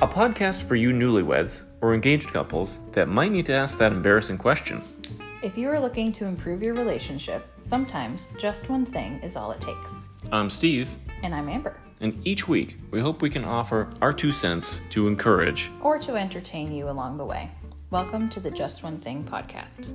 A podcast for you newlyweds or engaged couples that might need to ask that embarrassing question. If you are looking to improve your relationship, sometimes just one thing is all it takes. I'm Steve, And I'm Amber. and each week we hope we can offer our two cents to encourage Or to entertain you along the way. Welcome to the Just One Thing podcast.